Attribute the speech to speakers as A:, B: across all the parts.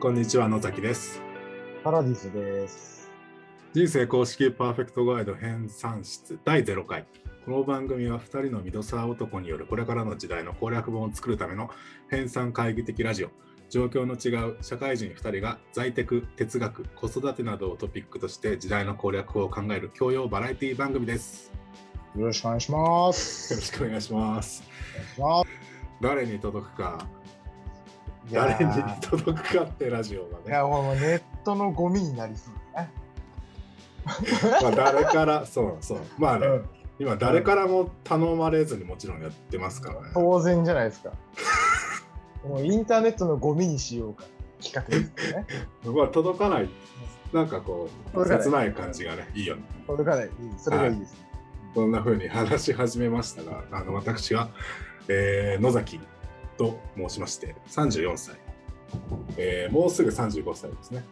A: こんにちは野崎です
B: パラディスです。
A: 人生公式パーフェクトガイド編纂室第0回この番組は2人のミドサー男によるこれからの時代の攻略本を作るための編纂会議的ラジオ状況の違う社会人2人が在宅哲学子育てなどをトピックとして時代の攻略法を考える教養バラエティ番組です
B: よろしくお願いしま
A: よ
B: す。
A: ろしくお願いします
B: お願いし
A: 誰に届くか
B: ますいや
A: 誰に
B: ー
A: 届くかってラジオ
B: い
A: がね
B: やもうネットのゴミになりそうだね。
A: まあ誰からそうそうまあね、
B: うん
A: 今誰からも頼まれずにもちろんやってますからね。
B: 当然じゃないですか。もうインターネットのゴミにしようか企画ですよね。
A: まあ届かない、なんかこう、
B: 届かない
A: 切ない感じがね、いいよね。
B: これからいいそれがいいです、ね
A: こんな風に話し始めましたが、あの私は、えー野崎と申しまして、34歳、えーもうすぐ35歳ですね。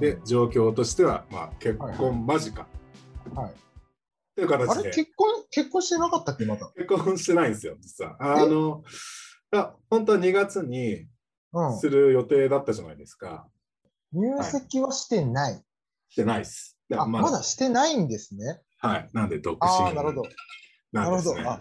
A: で、状況としては、まあ、結婚間近
B: はいはい
A: という形
B: あ
A: で
B: れ、結婚結婚してなかったっけまた。
A: 結婚してないんですよ、実は。あの、あ本当は2月に
B: うん
A: す。る予定だったじゃないですか。
B: 入籍はしてない。
A: してないです。だから
B: あ、まだしてないんですね。
A: はい。なんで、独
B: ああ、
A: 身
B: なるほど。
A: な
B: なんる
A: です
B: ほど。
A: ね。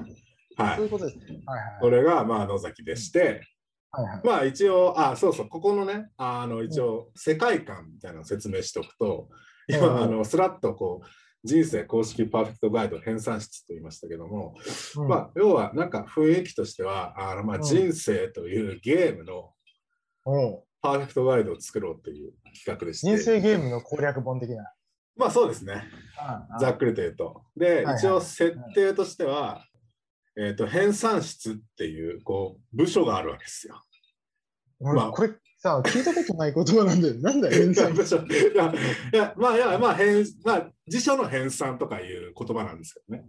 B: あ、
A: は
B: そう
A: い。
B: いうことですね。はい
A: これが、まあ、野崎でして、
B: はい。はいはい。
A: まあ、一応、あ、そうそう、ここのね、あの、一応、世界観みたいなのを説明しておくと、
B: うん
A: 今、あの、スラッとこう、人生公式パーフェクトガイド編纂室と言いましたけども、
B: うん
A: まあ、要は、なんか雰囲気としては、あのまあ、
B: うん
A: 人生というゲームの
B: うん
A: パーフェクトガイドを作ろうという企画でして、
B: 人生ゲームの攻略本的な。
A: まあ、そうですね。
B: うん
A: ざっくりと言うと。で、
B: はい
A: 一応設定としては、えっと、編纂室っていう、こう、部署があるわけですよ。
B: 俺
A: まあ
B: これ さ、聞いたことない言葉なんだよ。なんだよ、変態。
A: 部署いや、いや、まあ、いや、まあ、編、まあ、辞書の編纂とかいう言葉なんですけどね。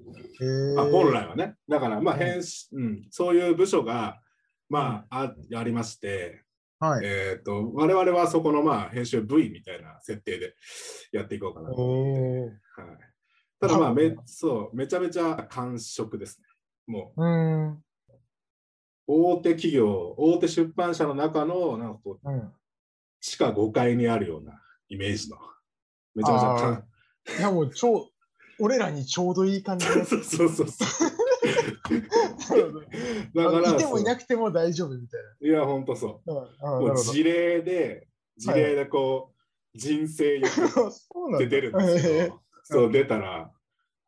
A: まあ、本来はね。だから、まあ、編、うん、そういう部署が、まあ、あありまして、
B: はい。
A: えっと、我々はそこの、まあ、編集部位みたいな設定でやっていこうかなと。
B: ー
A: はい、ただ、まあ、
B: なる
A: め
B: ほ、
A: そう、めちゃめちゃ感触ですね。もう、
B: うーん。
A: 大手企業、大手出版社の中の、なんかこう、
B: うん。
A: 地下5階にあるようなイメージの、めちゃめちゃかん、
B: いや、もう、ちょう、俺らにちょうどいい感じで す。
A: そうそうそうそう。だから、
B: いてもいな
A: く
B: くても大丈夫みたい
A: いや、ほんとそ
B: な。
A: う。
B: あ
A: もう
B: なるほ
A: 事例で、事例でこう、人生欲
B: ど。 そうなん
A: で
B: だ。
A: 出るんですけど、そう、出たら、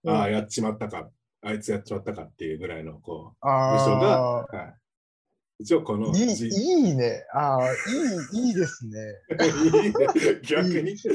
B: うん
A: ああ、やっちまったか、あいつやっちまったかっていうぐらいの、こう、部署
B: あ
A: が、はい、一応この
B: ーい
A: じ
B: いいいね。ああ、いい、いいですね。
A: 逆
B: い
A: に
B: いす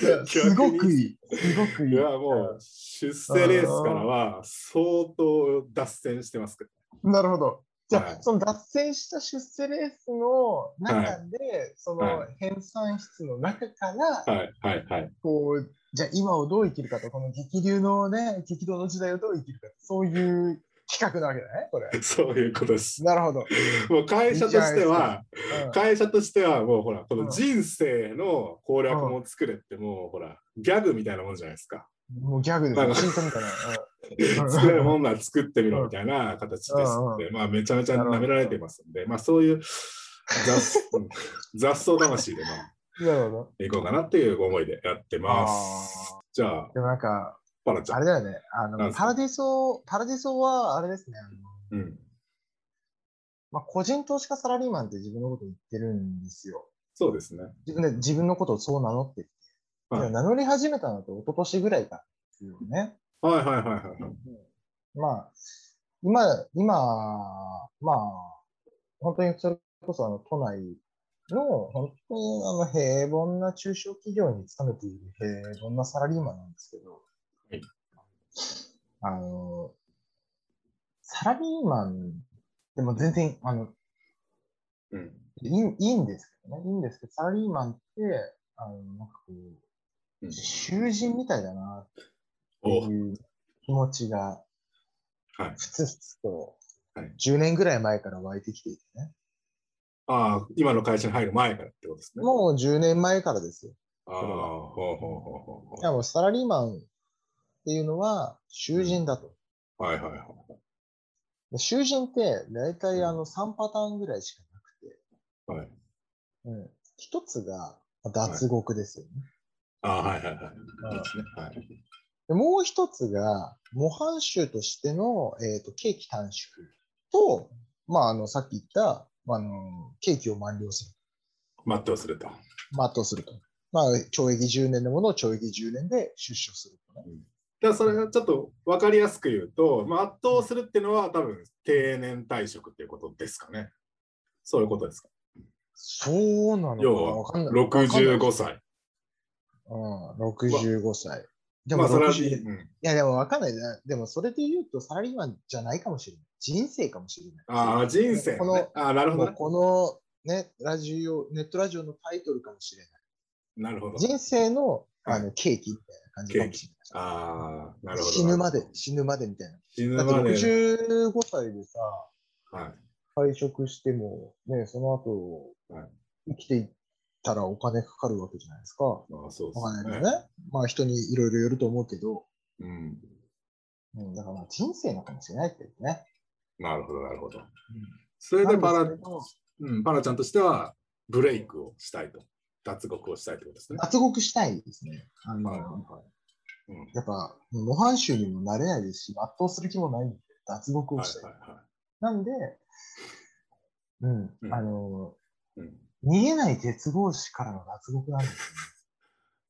B: ごくいい。すごくいい。
A: いやもう出世レースからは相当脱線してますけど
B: なるほど。じゃあ、
A: はい
B: その脱線した出世レースの中で、その
A: は
B: 編纂室の中から、
A: はいはいはい
B: こう、じゃあ今をどう生きるかと、この激流のね、激動の時代をどう生きるかと、そういう企画なわけだね、これ。
A: そういうことです
B: なるほど。
A: もう会社としては
B: うん
A: 会社としてはもうほらこ
B: う
A: の
B: ん
A: 人生の攻略も作れってもうほらギャグみたいなもんじゃないですか
B: もうギャグで
A: なんか
B: すね。チートみたいな。うん
A: 作れるもんなら作ってみろみたいな形です
B: うん
A: の
B: うん
A: でまあめちゃめちゃ舐められてますんでまあそういう雑 うん雑草魂でまあ
B: うんなるほど。
A: いこうかなっていう思いでやってます
B: あ
A: じゃあ
B: でもなんか、
A: パラちゃん
B: あれだよね。あ
A: なん
B: の、
A: ですか
B: パラディソ、パラディソは、あれですね。あの
A: うん
B: まあ、個人投資家サラリーマンって自分のこと言ってるんですよ。
A: そうですね
B: 自分で自分のことをそう名乗ってて、
A: はい
B: 名乗り始めたのって一昨年ぐらいからですよね。
A: はいはいはいはいはい。
B: まあ、今、今、まあ、本当にそれこそあの都内の本当にあの平凡な中小企業に勤めている平凡なサラリーマンなんですけど、
A: はい
B: あの、サラリーマンでも全然、あの、
A: うん。
B: いいいいんですけどね。いいんですけど、サラリーマンって、あの、なんかこ
A: う
B: う、
A: ん
B: 囚人みたいだなって
A: お
B: いう気持ちが、
A: はい。
B: ふつふつと
A: はい、
B: 10年ぐらい前から湧いてきていてね。
A: ああ、今の会社に入る前からってことですね。
B: もう10年前からですよ。
A: ああ、ほうほうほうほ
B: いや、もうサラリーマンっていうのは囚人だと。
A: う。はいはいはい。
B: で囚人って、大体あの3パターンぐらいしかな
A: は
B: くて、
A: い。
B: うん。一つが、脱獄ですよね。
A: ああ、はいはいはい。
B: うん
A: そうですね。はい。
B: でもう一つが、模範囚としての、えー、と刑期短縮と、まあ、あのさっき言った、まあ、あの刑期を満了する、
A: 全うすると。
B: 全うすると。まあ、懲役10年のものを懲役10年で出所するとね。
A: だからそれがちょっと分かりやすく言うと、まあ、圧倒するっていうのは多分定年退職っていうことですかね。そういうことですか。
B: そうなのかな
A: 要は
B: わかんない。
A: 65歳。
B: うん、65歳。でも
A: まあそれは、
B: 60いうや、でもわかんないな。でも、それで言うと、サラリーマンじゃないかもしれない。人生かもしれない。
A: ん、ああ、人生
B: こ
A: の、ね
B: の。
A: ああ、なるほ
B: も
A: ど、
B: う
A: ね。
B: この、ね、ラジオ、ネットラジオのタイトルかもしれない。
A: なるほど。
B: 人生の
A: はい
B: あのケーキみたいな感じかもしれない。
A: ああ、なるほど。
B: 死ぬまで、。死ぬまでみたい
A: 死ぬ
B: な。だっ
A: ま
B: て
A: で。
B: 65歳でさ、
A: はい、
B: 退職しても、ね、その後、
A: はい
B: 生きていったらお金かかるわけじゃないですか。お
A: まあ、そう
B: 金
A: で
B: も
A: す
B: ね。まあ人にいろいろよると思うけど、
A: うん。
B: うん、だからまあ人生のかもしれないけどね。
A: なるほど、なるほど。
B: うん
A: それでパ
B: な
A: ラ
B: んですけど
A: うん、パラちゃんとしては、ブレイクをしたいと。脱獄をしたいということですね。
B: 脱獄したいですね。あの、
A: い。うん
B: やっぱ、模範囚にもなれないですし、圧倒する気もないんで、脱獄を
A: はい
B: したい。
A: はいは
B: なんで、うん、
A: うん
B: あの、
A: い。うん
B: 見えない鉄格子からの脱獄なんです、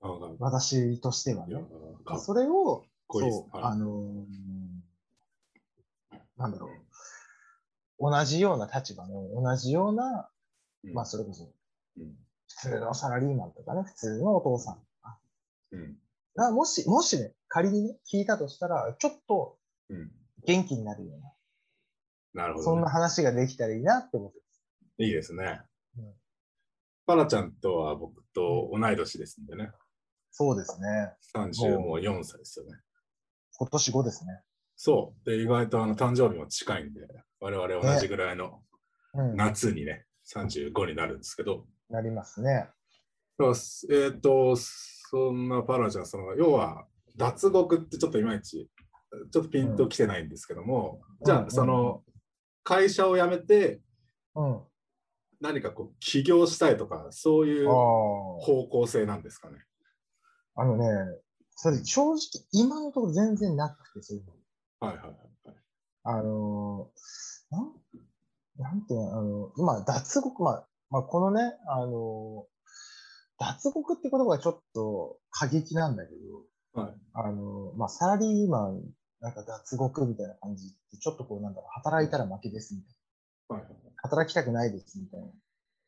A: あわかる
B: 私としてはい
A: や
B: ね。
A: かっ
B: それを、
A: こいいです
B: そ。う、
A: はい
B: あのーなんだろう、同じような立場の、同じような、
A: うん
B: まあ、それこそ、
A: うん
B: 普通のサラリーマンとかね、普通のお父さん
A: うん
B: が、もし、もしね、仮にね、聞いたとしたら、ちょっと
A: うん
B: 元気になるような、
A: なるほ
B: そ
A: ど
B: ん
A: ね
B: な。話ができたらいいなって思って
A: いいですね
B: うん。
A: パラちゃんとは僕と同い年ですんでね。
B: そうですね。
A: 30も4歳ですよね。
B: 今年5ですね。
A: そう。で、意外とあの誕生日も近いんで、我々同じぐらいの
B: うん。な
A: 夏にね、35になるんですけど、
B: りますね。
A: だからすえっ、と、そんなパラちゃん、その要は脱獄ってちょっといまいち、ちょっとピンときてないんですけども、
B: うん
A: じ
B: うん
A: ゃ
B: う
A: あ、
B: ん
A: その会社を辞めて、
B: うん。あ
A: 何かこう起業したいとか、そういう
B: あ。
A: 方向性なんですかね。
B: あのね、それ正直今のところ全然なくて、そういうの。
A: はいはいはいはい。
B: あのーなん、なんていうの、あの、今、脱獄、まあ、まあ、このね、あのー脱獄って言葉がちょっと過激なんだけど、
A: はい
B: あのーまあ、サラリーマン、なんか脱獄みたいな感じって、ちょっとこう、なんだろう、働いたら負けですみたい
A: はいはい
B: な。働きたくないですみたい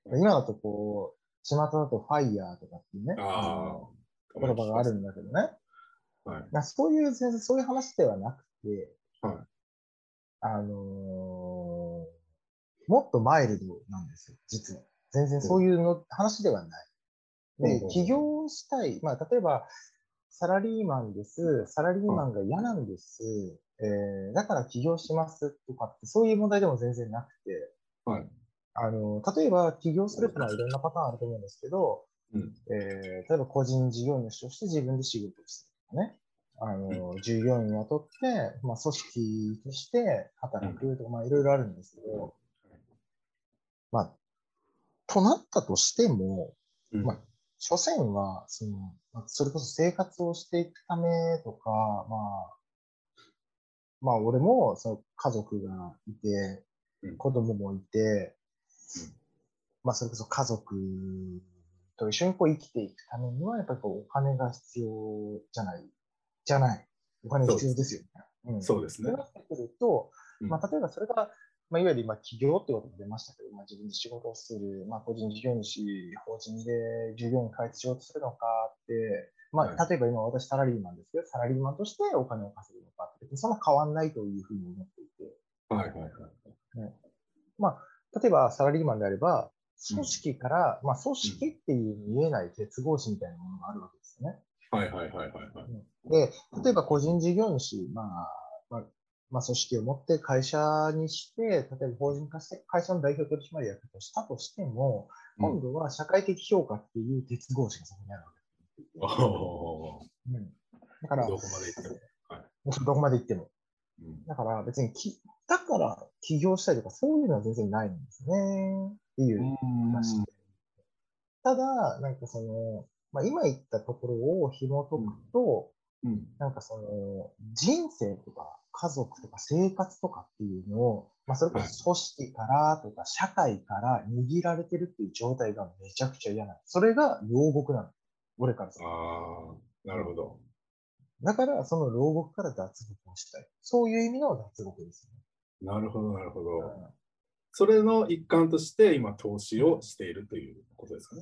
B: な。今だとこう、巷だとファイヤーとかっていうね、
A: あー
B: の言葉があるんだけどね。
A: はい
B: まあそういう、全然そういう話ではなくて、
A: はい
B: あのーもっとマイルドなんですよ、実は。全然そういうの、話ではない。
A: ほ
B: で
A: うほうほう、
B: 起業したい。まあ、例えば、サラリーマンです。サラリーマンが嫌なんです。えーだから起業しますとかって、そういう問題でも全然なくて、
A: はい。
B: あの、例えば起業するってのはいろんなパターンあると思うんですけど、
A: うん
B: えー例えば個人事業主として自分で仕事をするとかね、あの、従業員を雇って、まあ、組織として働くとか、まあ、いろいろあるんですけど、まあ、となったとしても、
A: うん
B: まあ所詮は、その、まあそれこそ生活をしていくためとか、まあ、まあ、俺も、その家族がいて、
A: うん
B: 子供もいて、まあ、それこそ家族と一緒にこう生きていくためには、やっぱりこうお金が必要じゃない、じゃない。お金必要ですよね。うん
A: そうですね
B: そう。なってくると、
A: うん
B: まあ、例えばそれが、まあ、いわゆる今、起業ってことも出ましたけど、まあ、自分で仕事をする、まあ、個人事業主、法人で従業員開発しようとするのかって、ま
A: は
B: あ、例えば今、私、サラリーマンですけど、サラリーマンとしてお金を稼ぐのかって、そんな変わんないというふうに思っていて、
A: はいはいはい。
B: 例えばサラリーマンであれば、組織から、まあ、組織っていう見えない結合詞みたいなものがあるわけですよね。
A: はいはいはいはいはい。
B: で、例えば個人事業主、まあ、まあ、まあ、組織を持って会社にして、例えば法人化して会社の代表取締役としたとしても、
A: うん
B: 今度は社会的評価っていう結合詞がそこにあるわ
A: おお。
B: け。うん、だから、
A: ど
B: ど
A: こまで行っても。
B: こまで行っても。
A: うん
B: だから別にき、だから起業したりとかそういうのは全然ないんですね。っていう話で。ただ、なんかその、まあ、今言ったところを紐解くと、
A: うん。
B: なんかその、人生とか家族とか生活とかっていうのを、まあ、それこそ組織からとか社会から握られてるっていう状態がめちゃくちゃ嫌なの。それが牢獄なの。俺からすると
A: ああ、なるほど。
B: だから、その牢獄から脱獄をしたい。そういう意味の脱獄ですね。
A: なるほど、なるほ
B: う
A: ど。
B: ん
A: それの一環として、今、投資をしているということですかね。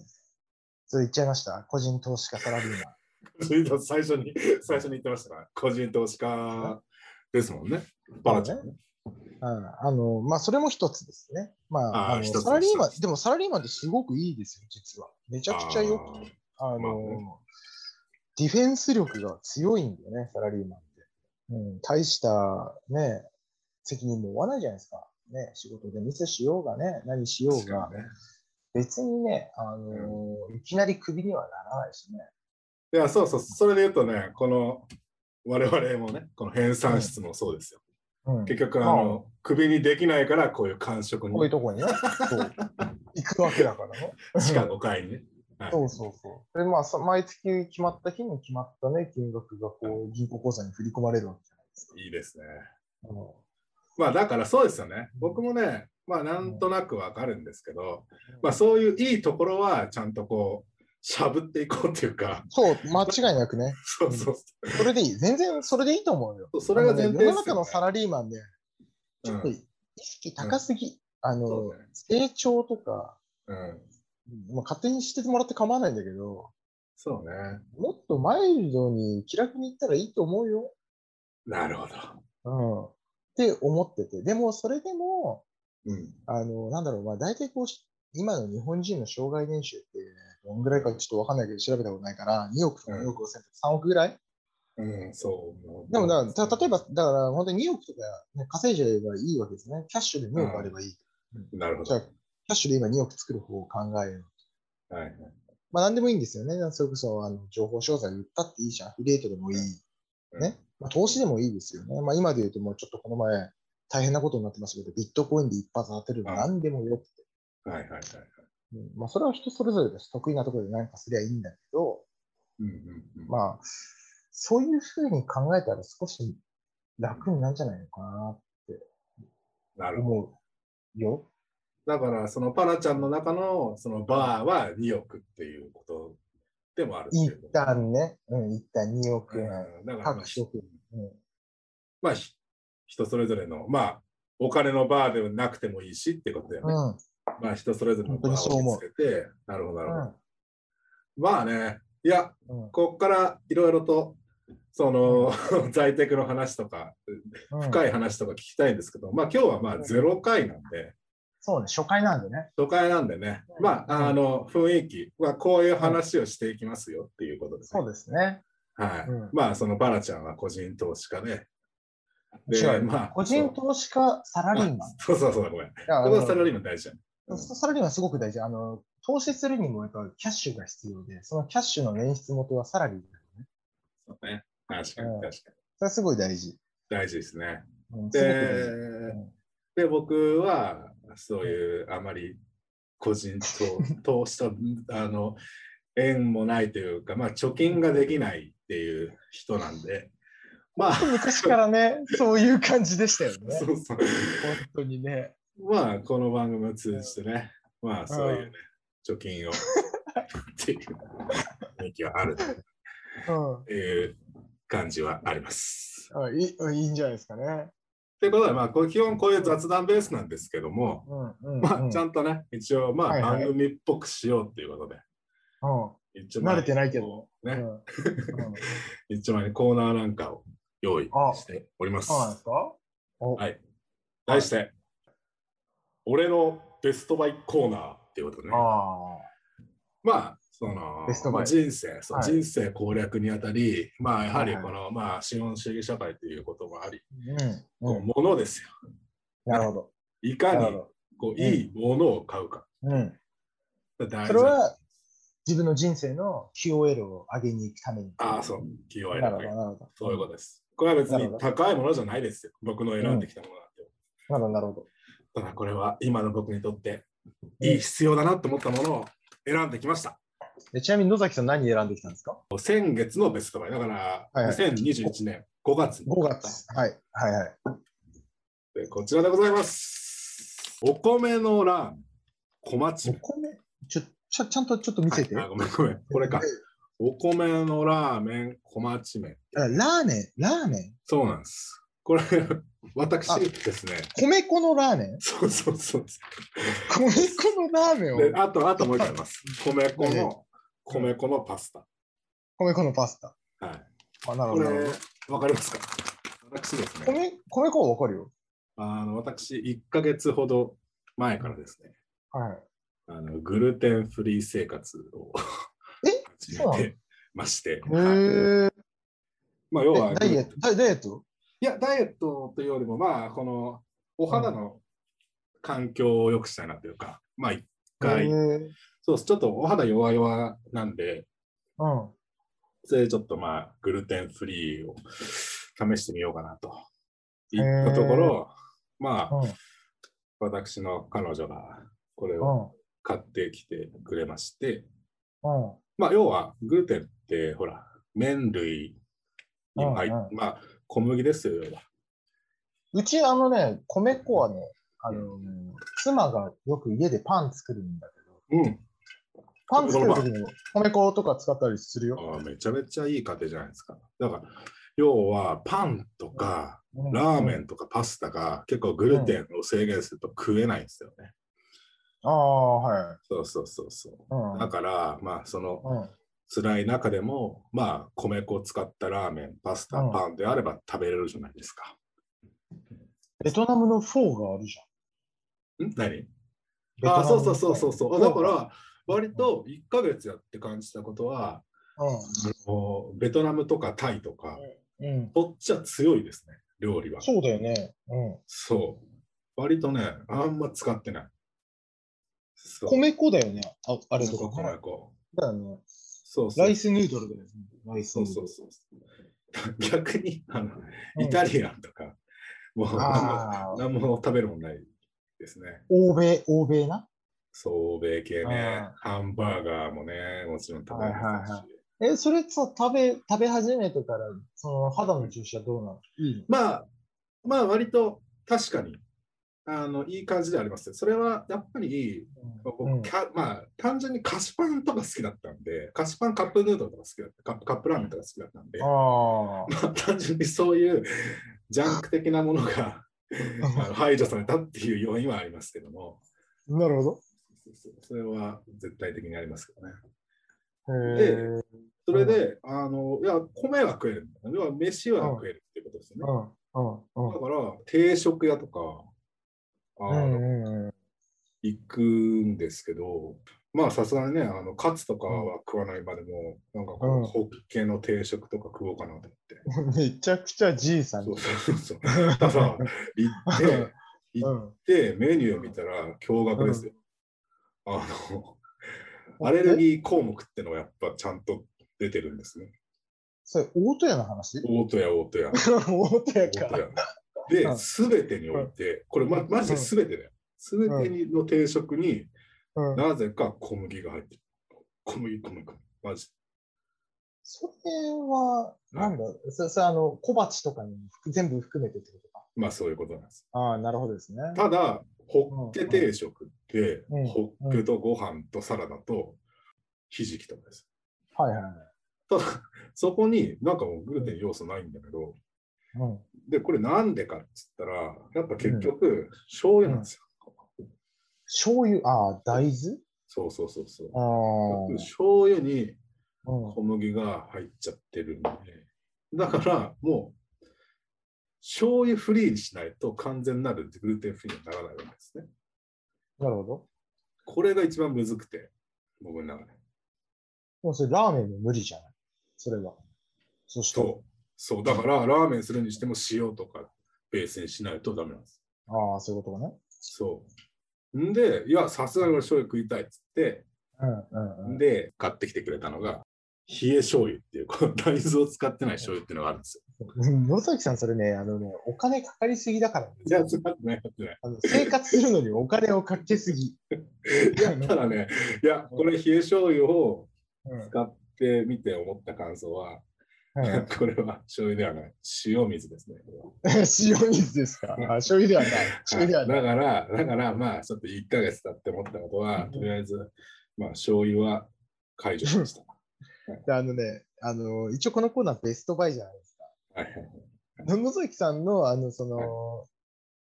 B: それ言っちゃいました。個人投資家サラリーマン。
A: 最初に、 最初に言ってましたから、個人投資家ですもんね。バラちゃんね。
B: うんあの、まあ、それも一つですね。まあ、
A: あー
B: あの
A: 一つです
B: サラリーマン
A: 一、
B: でもサラリーマンってすごくいいですよ、実は。めちゃくちゃよくて。あの、
A: まあね
B: ディフェンス力が強いんだよね、サラリーマンって。うん、大した、ね、責任も負わないじゃないですか。ね、仕事でミスしようがね、何しよう
A: 確か、
B: が
A: にね。
B: 別にね、あのいきなりクビにはならないしね。
A: いや、そうそう、それで言うとね、この、我々もね、この編纂室もそうですよ。
B: うん、
A: 結局、あの、クビにできないから、こういう感触
B: こういう
A: に、
B: とこにね、 そう行くわけだからね。
A: しか5回にね。はい
B: そうそうそう。で、まあ、そ毎月決まった日に決まったね、金額がこう、銀行口座に振り込まれるわけじゃないですか。
A: いいですね。
B: あの
A: まあ、だからそうですよね。僕もね、まあ、なんとなくわかるんですけど、まあ、そういういいところは、ちゃんとこう、しゃぶっていこうっていうか、
B: そう、間違いなくね。
A: そうそうそ
B: それでいい。全然それでいいと思うよ。
A: う。それが前提です
B: あ
A: よ
B: のね世の
A: ね
B: 中のサラリーマンね、ちょっと
A: うん
B: 意識高すぎ。あ
A: そ
B: の
A: うね、
B: 成長とか、
A: うん
B: まあ、勝手にしてもらって構わないんだけど、
A: そうね。
B: もっとマイルドに気楽にいったらいいと思うよ。
A: なるほど。
B: うん。って思ってて。でも、それでも、
A: うん。
B: あの、なんだろう、まあ、大体こうし、今の日本人の障害年収って、どんぐらいかちょっとわかんないけど、調べたことないから、2億とか
A: うん
B: 2億5千とか3億ぐらい、
A: うん、そう。
B: でもだから、た例え
A: ば。
B: ば、だから、本当に2億とか、ね、稼いじゃえばいいわけですね。キャッシュで2億あればいい。
A: なるほ
B: じ
A: ど。
B: ゃ
A: は
B: あ、キャッシュで今2億作る方を考えよう。
A: いはい。
B: まあ、なんでもいいんですよね。それこそ、あの情報商材売ったっていいじゃん。アフィリエイトでもいい。
A: うん
B: ね。まあ、投資でもいいですよね。まあ、今で言うと、もうちょっとこの前、大変なことになってましたけど、ビットコインで一発当てるの何でもよくて。
A: はいはいはい。
B: うんまあ、それは人それぞれです。得意なところで何かすりゃいいんだけど、
A: うんうんうん。
B: まあ、そういうふうに考えたら少し楽になるんじゃないのかな
A: な
B: と
A: るほど。
B: 思うよ。
A: だから、そのパナちゃんの中の、そのバーは2億っていうことでもあるってい
B: 一
A: うこと
B: 旦ね、うん、一旦2億円
A: うんだから、まあ
B: 各所得。うん
A: まあ、ひ人それぞれの、まあ、お金のバーではなくてもいいしってことだよ
B: う
A: ね。
B: ん。うん
A: まあ、人それぞれのバーを見つけて、なるほど、なるほど。まあね、いや、
B: うん
A: こっからいろいろと、その、 在宅の話とか、
B: うん
A: 深い話とか聞きたいんですけど、まあ今日はまあ
B: うん
A: 0回なんで、
B: そうね、初回なんでね。
A: 初回なんでね、
B: うん
A: まああの雰囲気はこういう話をしていきますよっていうことです
B: そ
A: ね
B: う。ですね。
A: はい
B: うん。
A: まあそのバラちゃんは個人投資家で、
B: 違
A: で、
B: う
A: まあ、
B: 個人投資家、サラリーマン。
A: そうそうそう、ごめん。
B: いやあ
A: こ
B: の
A: こはサラリーマン大事じゃん。うん
B: サラリーマンすごく大事。あの、投資するにもやっぱキャッシュが必要で、そのキャッシュの捻出元はサラリーだよね。
A: そうね。確かに
B: う
A: 確
B: ん
A: かに。
B: それはすごい大事。
A: 大事ですね。
B: うんすごく大事
A: で、で、僕は、そういう、あまり個人と投資と、あの、縁もないというか、まあ、貯金ができないっていう人なんで、まあ、
B: 昔か らね、そういう感じでしたよね。本
A: そうそう。
B: 当にね。
A: まあ、この番組を通じてね、まあ、そういうね、貯金をっていう雰囲気はある
B: うん
A: という感じはあります。
B: あいいうんいいんじゃないですかね。
A: ということで、まあ、こう基本こういう雑談ベースなんですけども、
B: うんうん
A: ま
B: う
A: あ、
B: ん
A: ちゃんとね、一応、ま
B: は
A: あ、
B: いはい
A: 番組っぽくしようっていうことで、
B: う
A: 一応
B: ん、
A: まあ
B: 慣れてないけど。
A: ね
B: うんうん
A: 一枚にコーナーなんかを用意
B: あ
A: しております
B: そう。なんですかお
A: はい題して、俺のベストバイコーナーっていうことね。
B: あ
A: まあ、その
B: ベストバ
A: ま
B: イ
A: あ人生そう、
B: はい
A: 人生攻略にあたり、まあ、やはり
B: はい
A: こ
B: はい
A: の、まあ、資本主義社会ということもあり、
B: ー。うん
A: こ
B: う、
A: うんものですよ。
B: なるほど。
A: い
B: な
A: か
B: る
A: に
B: ほど。
A: こういいものを買うか。
B: うん、
A: 大事な
B: それは自分の人生の QOL を上げに行くために。
A: ああ、そう、気を
B: な
A: 選
B: るほ
A: ぶ
B: ど、。なるほど。
A: そういうことです。これは別
B: なる
A: に
B: ほど
A: 高いものじゃないですよ。僕の選んできたものなんて。
B: なるほど、なるほど。
A: ただこれは今の僕にとっていい必要だなと思ったものを選んできました。
B: でちなみに野崎さん何選んできたんですか
A: 先月のベストバイ、だから
B: はいはい
A: 2021年5月に
B: ?5 月。はい。はいはい。
A: でこちらでございます。お米のラーメン、小町
B: お米ちょ、ちゃ、ちゃんとちょっと見せて。
A: 麺。あごめんごめん、これか
B: で。
A: お米のラーメン、小町麺。
B: あラーメン、ラーメン
A: そうなんです。これ、私ですね。
B: 米粉のラーメン
A: そうそうそう。
B: 米粉のラーメンを
A: で、あと、あともう一個あります。米粉
B: ええ
A: の、米粉のパスタ。
B: 米粉のパスタ。
A: はい。
B: あ、なる
A: こ
B: ほど。
A: れ、わかりますか私ですね。
B: 米米粉はわかるよ。
A: あの私、1ヶ月ほど前からですね、
B: は
A: あのグルテンフリー生活を
B: え
A: 始
B: そうな
A: め
B: の
A: てまして、
B: い。へ
A: はい
B: ー
A: まあ、要は
B: えダイエットダイダイエット
A: いや、ダイエットというよりも、まあ、このお肌の環境を良くしたいなというか、まあ、一回、
B: へー
A: そうです、ちょっとお肌弱々なんで、
B: うん。
A: それでちょっとまあ、グルテンフリーを試してみようかなと言ったところ、まあ、
B: うん。
A: 私の彼女がこれ
B: う
A: を
B: ん。
A: 買ってきてくれまして、
B: うん。
A: まあ、要は、グルテンって、ほら、麺類にも入って、
B: うんう
A: まあ、小麦ですよ、要は。
B: うち、あのね、米粉はね、あの、妻がよく家でパン作るんだけど、
A: うん。
B: パン作るときに米粉とか使ったりするよ。
A: あーめちゃめちゃいい家庭じゃないですか。だから、要は、パンとか、
B: うん
A: ラーメ
B: うん
A: ンとかパスタが結構グルテンを制限すると食えないんですよね。
B: ああ、はい。
A: そうそうそうそう。
B: うん。
A: だから、まあ、その、
B: うん。
A: 辛い中でも、まあ、米粉を使ったラーメン、パスタ、
B: うん
A: パンであれば食べれるじゃないですか。
B: ベトナムのフォーがあるじ
A: ん何
B: ゃん。
A: あーそうそうそうそうそう。だか
B: うん
A: ら、割と1ヶ月やって感じたことは、もうベトナムとかタイとか、
B: うん。うん。
A: こっちは強いですね、料理は。
B: そうだよね。うん。
A: そう。割とね、あんま使ってない。そう
B: 米粉だよね。ああれと
A: そう
B: か
A: 米
B: ね。
A: 粉。
B: だよね。
A: そうそう。
B: ライスヌードルだよね。ライス
A: そ
B: ヌ
A: う
B: ード
A: そ
B: ル
A: う。そう。逆にあの、
B: うん
A: イタリアンとか、もう
B: あー
A: 何も食べるもんないですね。
B: 欧米、欧米な。
A: そう、欧米系ね
B: あ、
A: ハンバーガーもね、もちろん食べれ
B: はい
A: ま
B: はい
A: す
B: は
A: し。
B: え、それさ、食べ、食べ始めてから、その肌の注射どうなのいいの
A: まあ、まあ、割と確かにあのいい感じではありますよそれはやっぱり僕、
B: うん
A: キャまあ、単純に菓子パンとか好きだったんで、菓子パンカップヌードルとか好きだった、カップカップラーメンとか好きだったんで、 ま
B: あ
A: あ、単純にそういうジャンク的なものがあの排除されたっていう要因はありますけども、
B: あ、なるほど。
A: それは絶対的にありますけどね。
B: へえ。
A: それで、あのいや米は食えるんだよ要は飯は食えるっていうことですよ
B: う
A: ね。
B: ん、うん、うん
A: だから、定食屋とか、あ
B: う
A: の
B: んうんうん。
A: 行くんですけど、まあさすがにね、あのカツとかは食わないまでも、なんかこ
B: うん
A: のホッケの定食とか食おうかなと思って。
B: めちゃくちゃじいさん
A: そ
B: じ
A: うそうそう。だからさ、行 って、
B: ゃん。
A: 行
B: うん
A: ってメニュー見たら驚愕ですよ。あの、アレル
B: え
A: ギー項目ってのがやっぱちゃんと出てるんですね。
B: それ、大戸屋の話
A: オートやオートや。
B: 大戸
A: オ
B: 屋
A: ート
B: か。
A: や。
B: う
A: で、
B: ん
A: すべてにおいて、これ、ま、マジで全てだよ。すべてにの定食に、
B: うん
A: なぜか小麦が入ってる。小麦、小麦、マジ。
B: それは、なんだ、そそれ、あの、小鉢とかに全部含めてってことか。
A: まあそういうことなんです。
B: ああ、なるほどですね。
A: ただ、ホッケ定食って、
B: うん
A: ホッケとご飯とサラダとひじきとかです。
B: はいはいはい。
A: ただ、そこになんかもうグルテン要素ないんだけど、
B: うん。
A: で、これなんでかっつったら、やっぱ結局、醤油なんですよ。
B: 醤油、ああ、大豆
A: そうそうそうそう。
B: ああ。
A: 醤油に
B: うん
A: 小麦が入っちゃってるんで、だからもう、醤油フリーにしないと完全なるグルテンフリーにはならないわけですね。
B: なるほど。
A: これが一番むずくて、僕の中で。
B: もうそれラーメンも無理じゃない。それは。そして、
A: そう。そう。だから、ラーメンするにしても塩とかベースにしないとダメなんです。
B: ああ、そういうことかね。
A: そう。んで、いや、さすがに俺醤油食いたいっつって、
B: うんうんうん。
A: で、買ってきてくれたのが、冷え醤油っていう、この大豆を使ってない醤油っていうのがあるんですよ。
B: 野崎さん、それね、あのね、お金かかりすぎだから、ね
A: じゃあ、使ってない、使ってない。
B: あの、生活するのにお金をかけすぎ。
A: いやただね、いや、これ、冷え醤油を
B: うん
A: 使ってみて思った感想は、
B: はい、
A: これは醤油ではない、塩水ですね。
B: 塩水ですかあ醤油ではない。醤油ではな
A: だ
B: い。
A: から、だから、まあ、ちょっと1ヶ月経って思ったことは、
B: うん
A: とりあえず、まあ、醤油は解除しま した。
B: であのね、あの、一応このコーナーベストバイじゃないですか。
A: はいはい
B: 野々崎さんの、あの、その、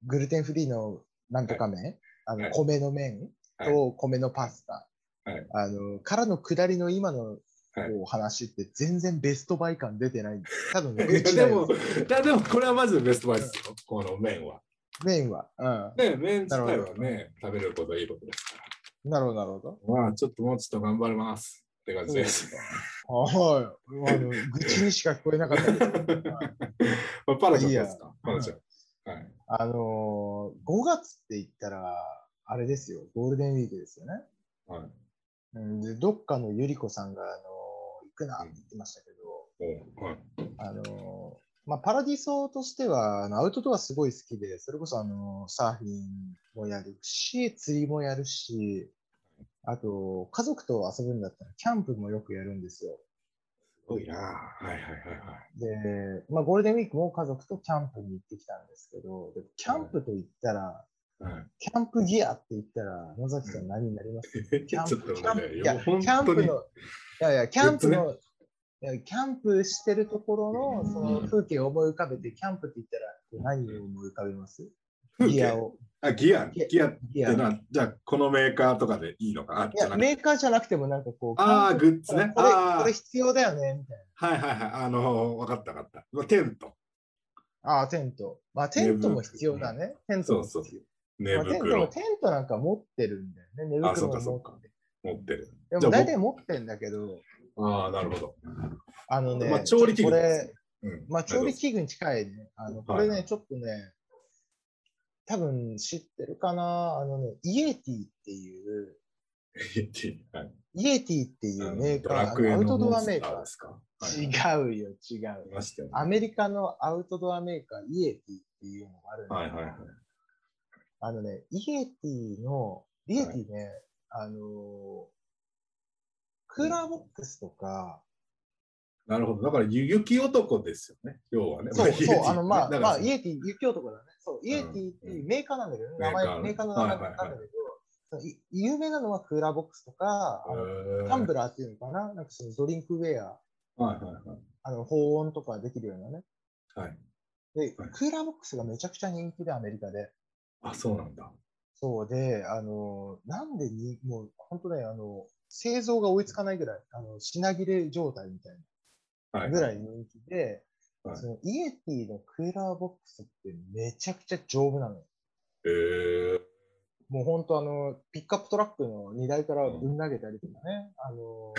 B: グルテンフリーのなんとか麺、あ
A: は
B: の、
A: い
B: 米の麺と米のパスタ、
A: はい
B: あの、からの下りの今の、
A: はい
B: こう話って全然ベストバイ感出てないんです。多分ね、
A: いや
B: うちだ
A: で
B: よ
A: も、いやでもこれはまずベストバイですよ、この麺は。
B: 麺は。う
A: ね、麺自体
B: なる
A: は
B: ほど
A: ね、食べることはいいことですか
B: ん。なるほど、なるほど。
A: ら。まあ、ちょっともうちょっと頑張りますって感じです。
B: はい。あの、愚痴にしか聞こえなかったけど。
A: まあ、パラちゃんどうですかパラちゃん。はい。
B: あのー、5月って言ったら、あれですよ、ゴールデンウィークですよね。
A: はい。
B: うん、で、どっかのゆりこさんが、あのー行くなって言ってましたけ
A: おうはい。
B: ど、あのーまあ、パラディソとしては、あのアウトドアすごい好きで、それこそ、あのーサーフィンもやるし、釣りもやるし、あと、家族と遊ぶんだったら、キャンプもよくやるんですよ。
A: すごいな。はいはいはいはい。
B: で、まあ、ゴールデンウィークも家族とキャンプに行ってきたんですけど、でもキャンプと言ったら、
A: はい
B: キャンプギアって言ったら、野崎さん何になります キ
A: ちょ
B: ャ
A: っ
B: ン
A: ともう
B: プキャンプ
A: ね、
B: いや
A: 本
B: キャン
A: 当
B: プ
A: に。
B: の、いやいや、キャンプの、いやキャンプしてるところのその風景を思い浮かべて、キャンプって言ったら何を思い浮かべます
A: 風景
B: ギアを。
A: あ、ギア、
B: ギア
A: ギアっ
B: ギ
A: て
B: ア。い
A: のは、じゃあ、このメーカーとかでいいのかなじゃ
B: や、
A: なくて
B: メーカーじゃなくてもなんかこう、
A: ああ、
B: キャンプ
A: グッズね。
B: これ
A: あ
B: これ必要だよね、みたい
A: あ、はいはいはい。あのー、わかったわかったまあ。テント、
B: な。ああー、テント。まあ、テントも必要だね。テントも必
A: そ
B: 要
A: う。寝
B: まあテントも
A: 袋
B: テントなんか持ってるんだよね。寝
A: あそう
B: 袋
A: かそ
B: も
A: う
B: 持
A: か
B: ってる。
A: 持ってる。
B: で
A: じゃあ
B: も大体持ってんだけど、
A: ああ、なるほど。
B: あのね、
A: まあ調理器具
B: こ
A: です
B: れ
A: ね、うん
B: まあ、調理器具に近いね。あのこれね、ちょっとね、多分知ってるかな。あのね、イエティっていう、
A: はい
B: イエティっていうメー
A: ド
B: カー、
A: ラクエ
B: あのアウ
A: の
B: ト
A: モ
B: ド
A: ン
B: アメ
A: ス
B: ー
A: ター
B: カ
A: ですか。はいはい
B: ー。違うよ、違。
A: いうましたよね
B: アメリカのアウトドアメーカー、イエティっていうのがあるんだ
A: はい
B: けど
A: はいはい。
B: あのね、イエティの、イエティね、あのークーラーボックスとか、
A: なるほど。だから、ゆ雪男ですよね。要 はね。
B: そうそう、あの、まあ、
A: だ
B: まあ、
A: か
B: イエティ、雪男だね。そう、イエティっていうメーカーなんだけどね、
A: メ
B: 名
A: ーカ
B: 前、
A: ー
B: メーカーの名前なん
A: はい
B: だ
A: はいは
B: け
A: い
B: ど、そのい有名なのはクーラーボックスとか、あの
A: ら、
B: タンブラーっていうのかな、なんかそのドリンクウェア、
A: ラー。はいはいはい。
B: あの保温とかできるようなね。
A: はい。
B: で、
A: はい
B: クーラーボックスがめちゃくちゃ人気で、アメリカで。
A: あ、そうなんだ。
B: そうで、あの、なんでに、もう、本当ね、あの、製造が追いつかないぐらい、あの、品切れ状態みたいな。
A: はい。
B: ぐらい人気で、
A: はい
B: そのイエティのクーラーボックスってめちゃくちゃ丈夫なのよ。
A: えー、
B: もう本当あの、ピックアップトラックの荷台からぶん投げたりとかね、あの、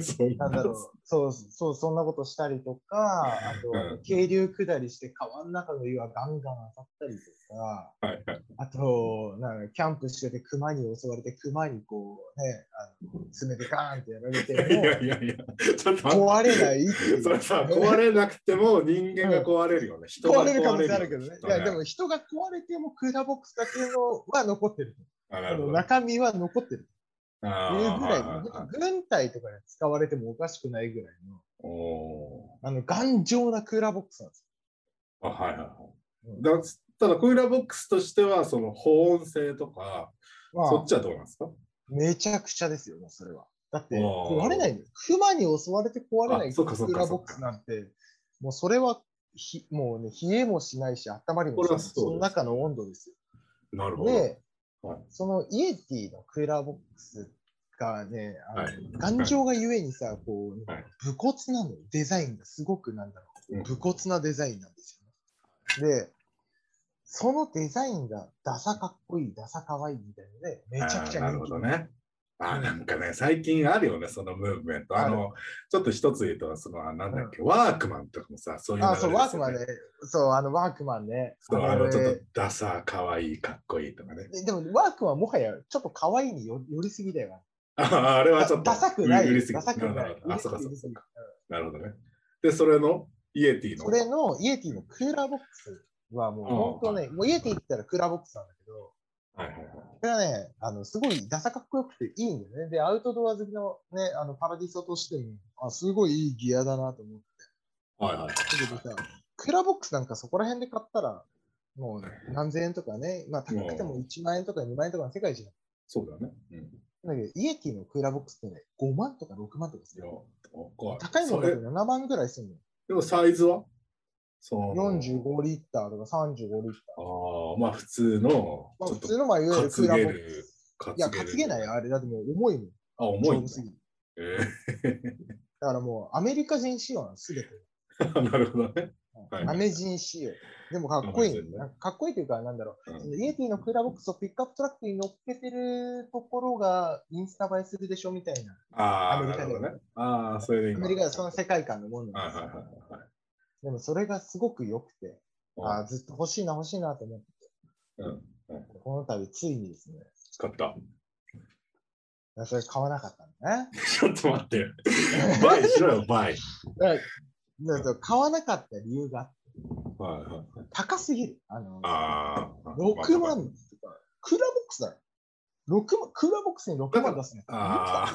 A: そん
B: なんだろう、そう、そう、そんなことしたりとか、あ
A: うん
B: と、渓流下りして川の中の岩ガンガン当たったりとか、
A: はいはい。
B: あと、なんかキャンプしてて熊に襲われて熊にこうね、あの爪でガーンってやられ
A: いや
B: て
A: いやいや、ちょっと
B: も、壊れないっていう
A: それさ、壊れなくても人間が壊れるよね。人が
B: 壊れる可能性あるけどね。いや、で
A: も、
B: も人が壊れてもクーラーボックスだけのは残ってる。
A: あな
B: あ
A: るほ
B: の
A: ど
B: 中身は残ってる。って
A: あ
B: いう
A: ー
B: ぐらい
A: ははは、
B: 軍隊とかで使われてもおかしくないぐらいの、
A: お
B: あの、頑丈なクーラーボックスなんです
A: ーあはいはい
B: よ。うん
A: はい。だただ、クーラーボックスとしては、その保温性とか、
B: まあ
A: そっちはどうなんですか
B: めちゃくちゃですよ、もうそれは。だって、
A: あー
B: 壊れないんだよ。熊に襲われて壊れない
A: あ
B: ク
A: そっかそっか
B: ーラーボックスなんて、もうそれはひ、もうね、冷えもしないし、温まりも
A: これ
B: しな。
A: はいそうです
B: その中の温度ですよ。
A: なるほど。
B: で、
A: はい
B: そのイエティのクーラーボックスがね、あの
A: はい
B: 頑丈がゆえにさ、こう、
A: はい
B: 武骨なのよデザインがすごくなんだろ
A: うん
B: う、武骨なデザインなんですよね。で、そのデザインがダサかっこいい、ダサかわいいみたいなので、めちゃくち
A: あーな
B: ゃ
A: る
B: 人
A: ほ
B: 気
A: どね。あーなんかね、最近あるよね、そのムーブメント。あ
B: あ
A: の、ちょっと一つ言うと、その、あなんだっけ、ワークマンとかもさ、そういう流れ
B: あ、そう、
A: ですよ
B: ワークマンね。そう、あの、ワークマンね。
A: そう、あ
B: れ
A: の、ちょっとダサ、かわいい、かっこいいとかね。
B: ででも、ワークマンもはや、ちょっと可愛いによ寄りすぎだよな。
A: あ あれはちょっと
B: ダサくない。
A: 売りすぎ
B: ダサく
A: な
B: な
A: る
B: い
A: ほ。どあ、そうかそう
B: 売
A: か
B: りすぎ
A: なるほどね。で、それのイエティの。
B: それのイエティのクーラーボックスはもう
A: うん
B: 本当ね、もうイエティって言ったらクーラーボックスなんだけど、
A: はいはいはい。
B: これはね、あの、すごいダサかっこよくていいんだよね。で、アウトドア好きのね、あの、パラディストとしても、あ、すごいいいギアだなと思って。
A: はいはい。
B: だけどさ、クラボックスなんかそこら辺で買ったら、もう何千円とかね、まあ高くても1万円とか2万円とかの世界じゃん。
A: そうだね。うん。い
B: だけど、イエティのクーラーボックスってね、5万とか6万とかす
A: や
B: るよ。
A: 怖い。
B: 高いも
A: そ
B: のだ
A: れ
B: と7万ぐらいするのよ。
A: でもサイズはその
B: 45リッターとか35リッター。
A: ああ、まあ普通の、
B: まあ
A: ちょっ
B: 普
A: と
B: 通のまあいわゆるクーラーボックス。
A: 担
B: いや、担げないよ、あれ。だってもう重いもん。
A: あ、重いん
B: 丈夫
A: だ
B: す。ぎる
A: え
B: だからもうアメリカ人仕様なの、すべて。
A: え なるほどね。はい
B: アメ人仕様。でもかっこいい
A: アメ人ね
B: の。なんかかっこいいというか、なんだろ
A: う
B: う。
A: ん
B: そのイエティのクーラーボックスをピックアップトラックに乗っけてるところがインスタ映えするでしょみたいな。
A: あ
B: ア
A: あ、
B: メ
A: な
B: リカ
A: る
B: で
A: ほどね。ああ、それで
B: ア
A: 今。
B: メリカでその世界観のもの
A: はい
B: な
A: はい
B: んです
A: はい
B: よ
A: はい。
B: でもそれがすごく良くて、ああ、ずっと欲しいな、欲しいなと思って、
A: うん、
B: この度ついにですね、
A: 使った。
B: それ買わなかったのね。
A: ちょっと待って。バイしろよ、バイ。
B: だからだから買わなかった理由が
A: はいはい。
B: 高すぎる。あの、
A: ああ。
B: 6万とか、クーラーボックスだよ。六万クーラーボックスに6万出すね。
A: ああ。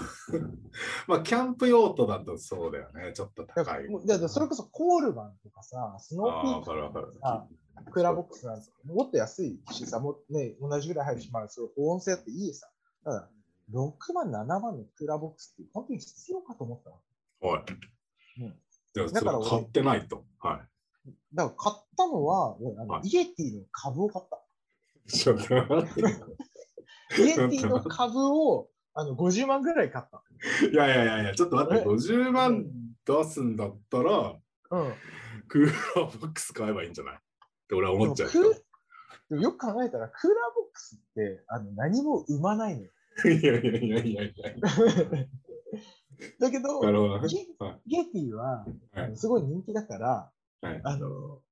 A: まあ、キャンプ用途だとそうだよね。ちょっと
B: だか
A: 高い
B: ら。もうだからそれこそコールマンとかさ、スノ
A: あ
B: ーピ
A: あ、
B: ー
A: わ
B: ク
A: かるわかる。
B: あクーラーボックスなんですけどもっと安いしさ、もうね、同じぐらい入るし、まあ、それ保温性あっていいさ。ただ、6万、7万のクーラーボックスって本当に必要かと思ったの。
A: はい。
B: うん
A: じゃあ、
B: だから俺
A: 買ってないと。は
B: だから買ったのは、ねあの
A: は
B: イエティの株を買った。
A: い。ちょっと待って。
B: イエティの株をあの50万ぐらい買った。
A: いやいやいやいや、ちょっと待って、
B: え
A: 50万出すんだったら、
B: うん。
A: クーラーボックス買えばいいんじゃないって俺は
B: で
A: 思
B: も
A: っちゃう
B: クーでもよく考えたら、クーラーボックスってあの何も生まないのよ。
A: けど。 いやいやいやいやいや。
B: だけど
A: な、るほどね。
B: イエ
A: は
B: イエティ
A: はい
B: はあのすごい人気だから、
A: はい
B: あの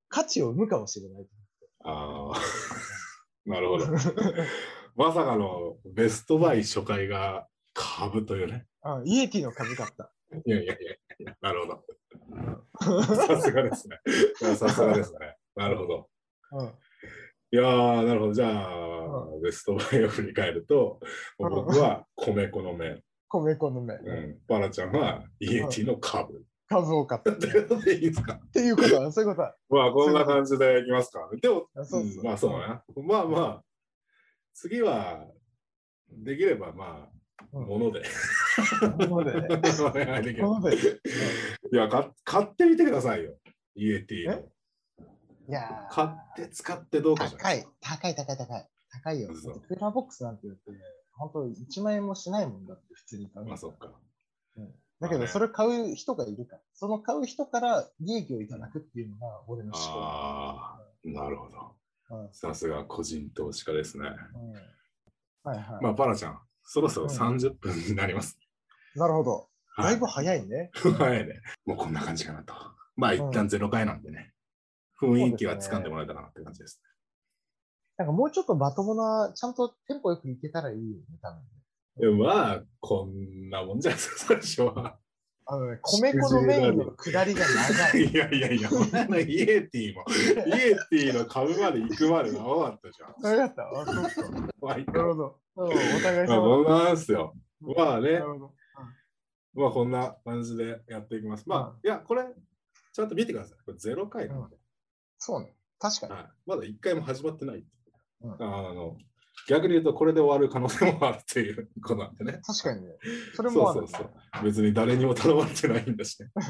B: 価値を生むかもしれない。
A: ああ。 なるほ ど。まさかのベストバイ初回が株というね。
B: あイエティの株買った。
A: いやいやいやいや、なるほ ど。さすがですね。いやさすがですね。なるほど。
B: うん、
A: いやー、なるほど。じゃあ、
B: う
A: ベストバイを振り返ると、
B: うん
A: 僕は米粉の麺、
B: 米粉の目、
A: うん、パラちゃんはイエティの株。
B: 株を買った。っ
A: ということでいいですか
B: ていうことは、そういうことは。
A: まあ、こんな感じでいきますか。でも、
B: あそうそう
A: うんまあ、そうだな。まあまあ、次は、できれば、まあ、
B: うん
A: もので。
B: ものでね
A: お願いできれば
B: このでね
A: いやか、買ってみてくださいよ。イエティの
B: え。いやー
A: 買って使ってどうかじゃな
B: 高
A: い。
B: い、高い、高い、高い。高いよ。
A: 嘘
B: クーラーボックスなんて言ってね、本当に1万円もしないもんだって、普通に買う。
A: まあ、そっか。
B: だけ
A: まあ
B: ど、
A: ね
B: それ買う人がいるから、その買う人から利益をいただくっていうのが俺の思考。
A: ああ、なるほど。
B: うんうん
A: さすが個人投資家ですね。
B: はいはい。
A: まあ、パラちゃん、そろそろ
B: うん
A: 30分になります。
B: なるほど。だ
A: はい
B: ぶ早いね。
A: はいね。もうこんな感じかなと。まあ一旦ゼロ回なんでね。雰囲気は掴んでもらえたかなって感じです。
B: なんかもうちょっとまともな、ちゃんとテンポよくいけたらいいよね、多分。
A: いやまあ、こんなもんじゃないですか、最初は。
B: あのね、米粉のメインの下りが 長い。
A: いやいやい や、こんなのイエティも、イエティの株まで行くまで長かったじゃん。
B: それだったあ、そうか。
A: まあ、いいか
B: なるほど。うんお互い
A: まあ、
B: 様
A: こんななんですよ。まあね
B: なるほど。
A: まあ、こんな感じでやっていきます。まあ、いや、これ、ちゃんと見てください。これゼロ回なので、
B: そうね。確かに。
A: はい、まだ一回も始まってない。
B: うん
A: あの逆に言うと、これで終わる可能性もあるっていう ことなんでね。
B: 確かにね。それもある
A: そうそうそう別に誰にも頼まれてないんだし ね。ま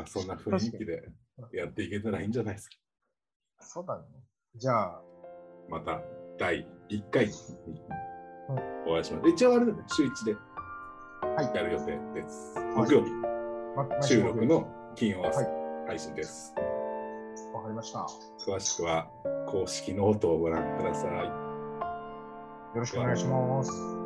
A: あそんな雰囲気でやっていけたらいいんじゃないですか。
B: そうだね。じゃあ、
A: また第1回に
B: うん
A: お会いしましょう。一応あれだね、週1で
B: はい
A: やる予定です。
B: はい
A: 木曜日、
B: ま毎週
A: 収録の金曜朝
B: は
A: 配信です。
B: わかりました。よ
A: 詳しくは公式ノートをご覧ください。
B: ろしくお願いします。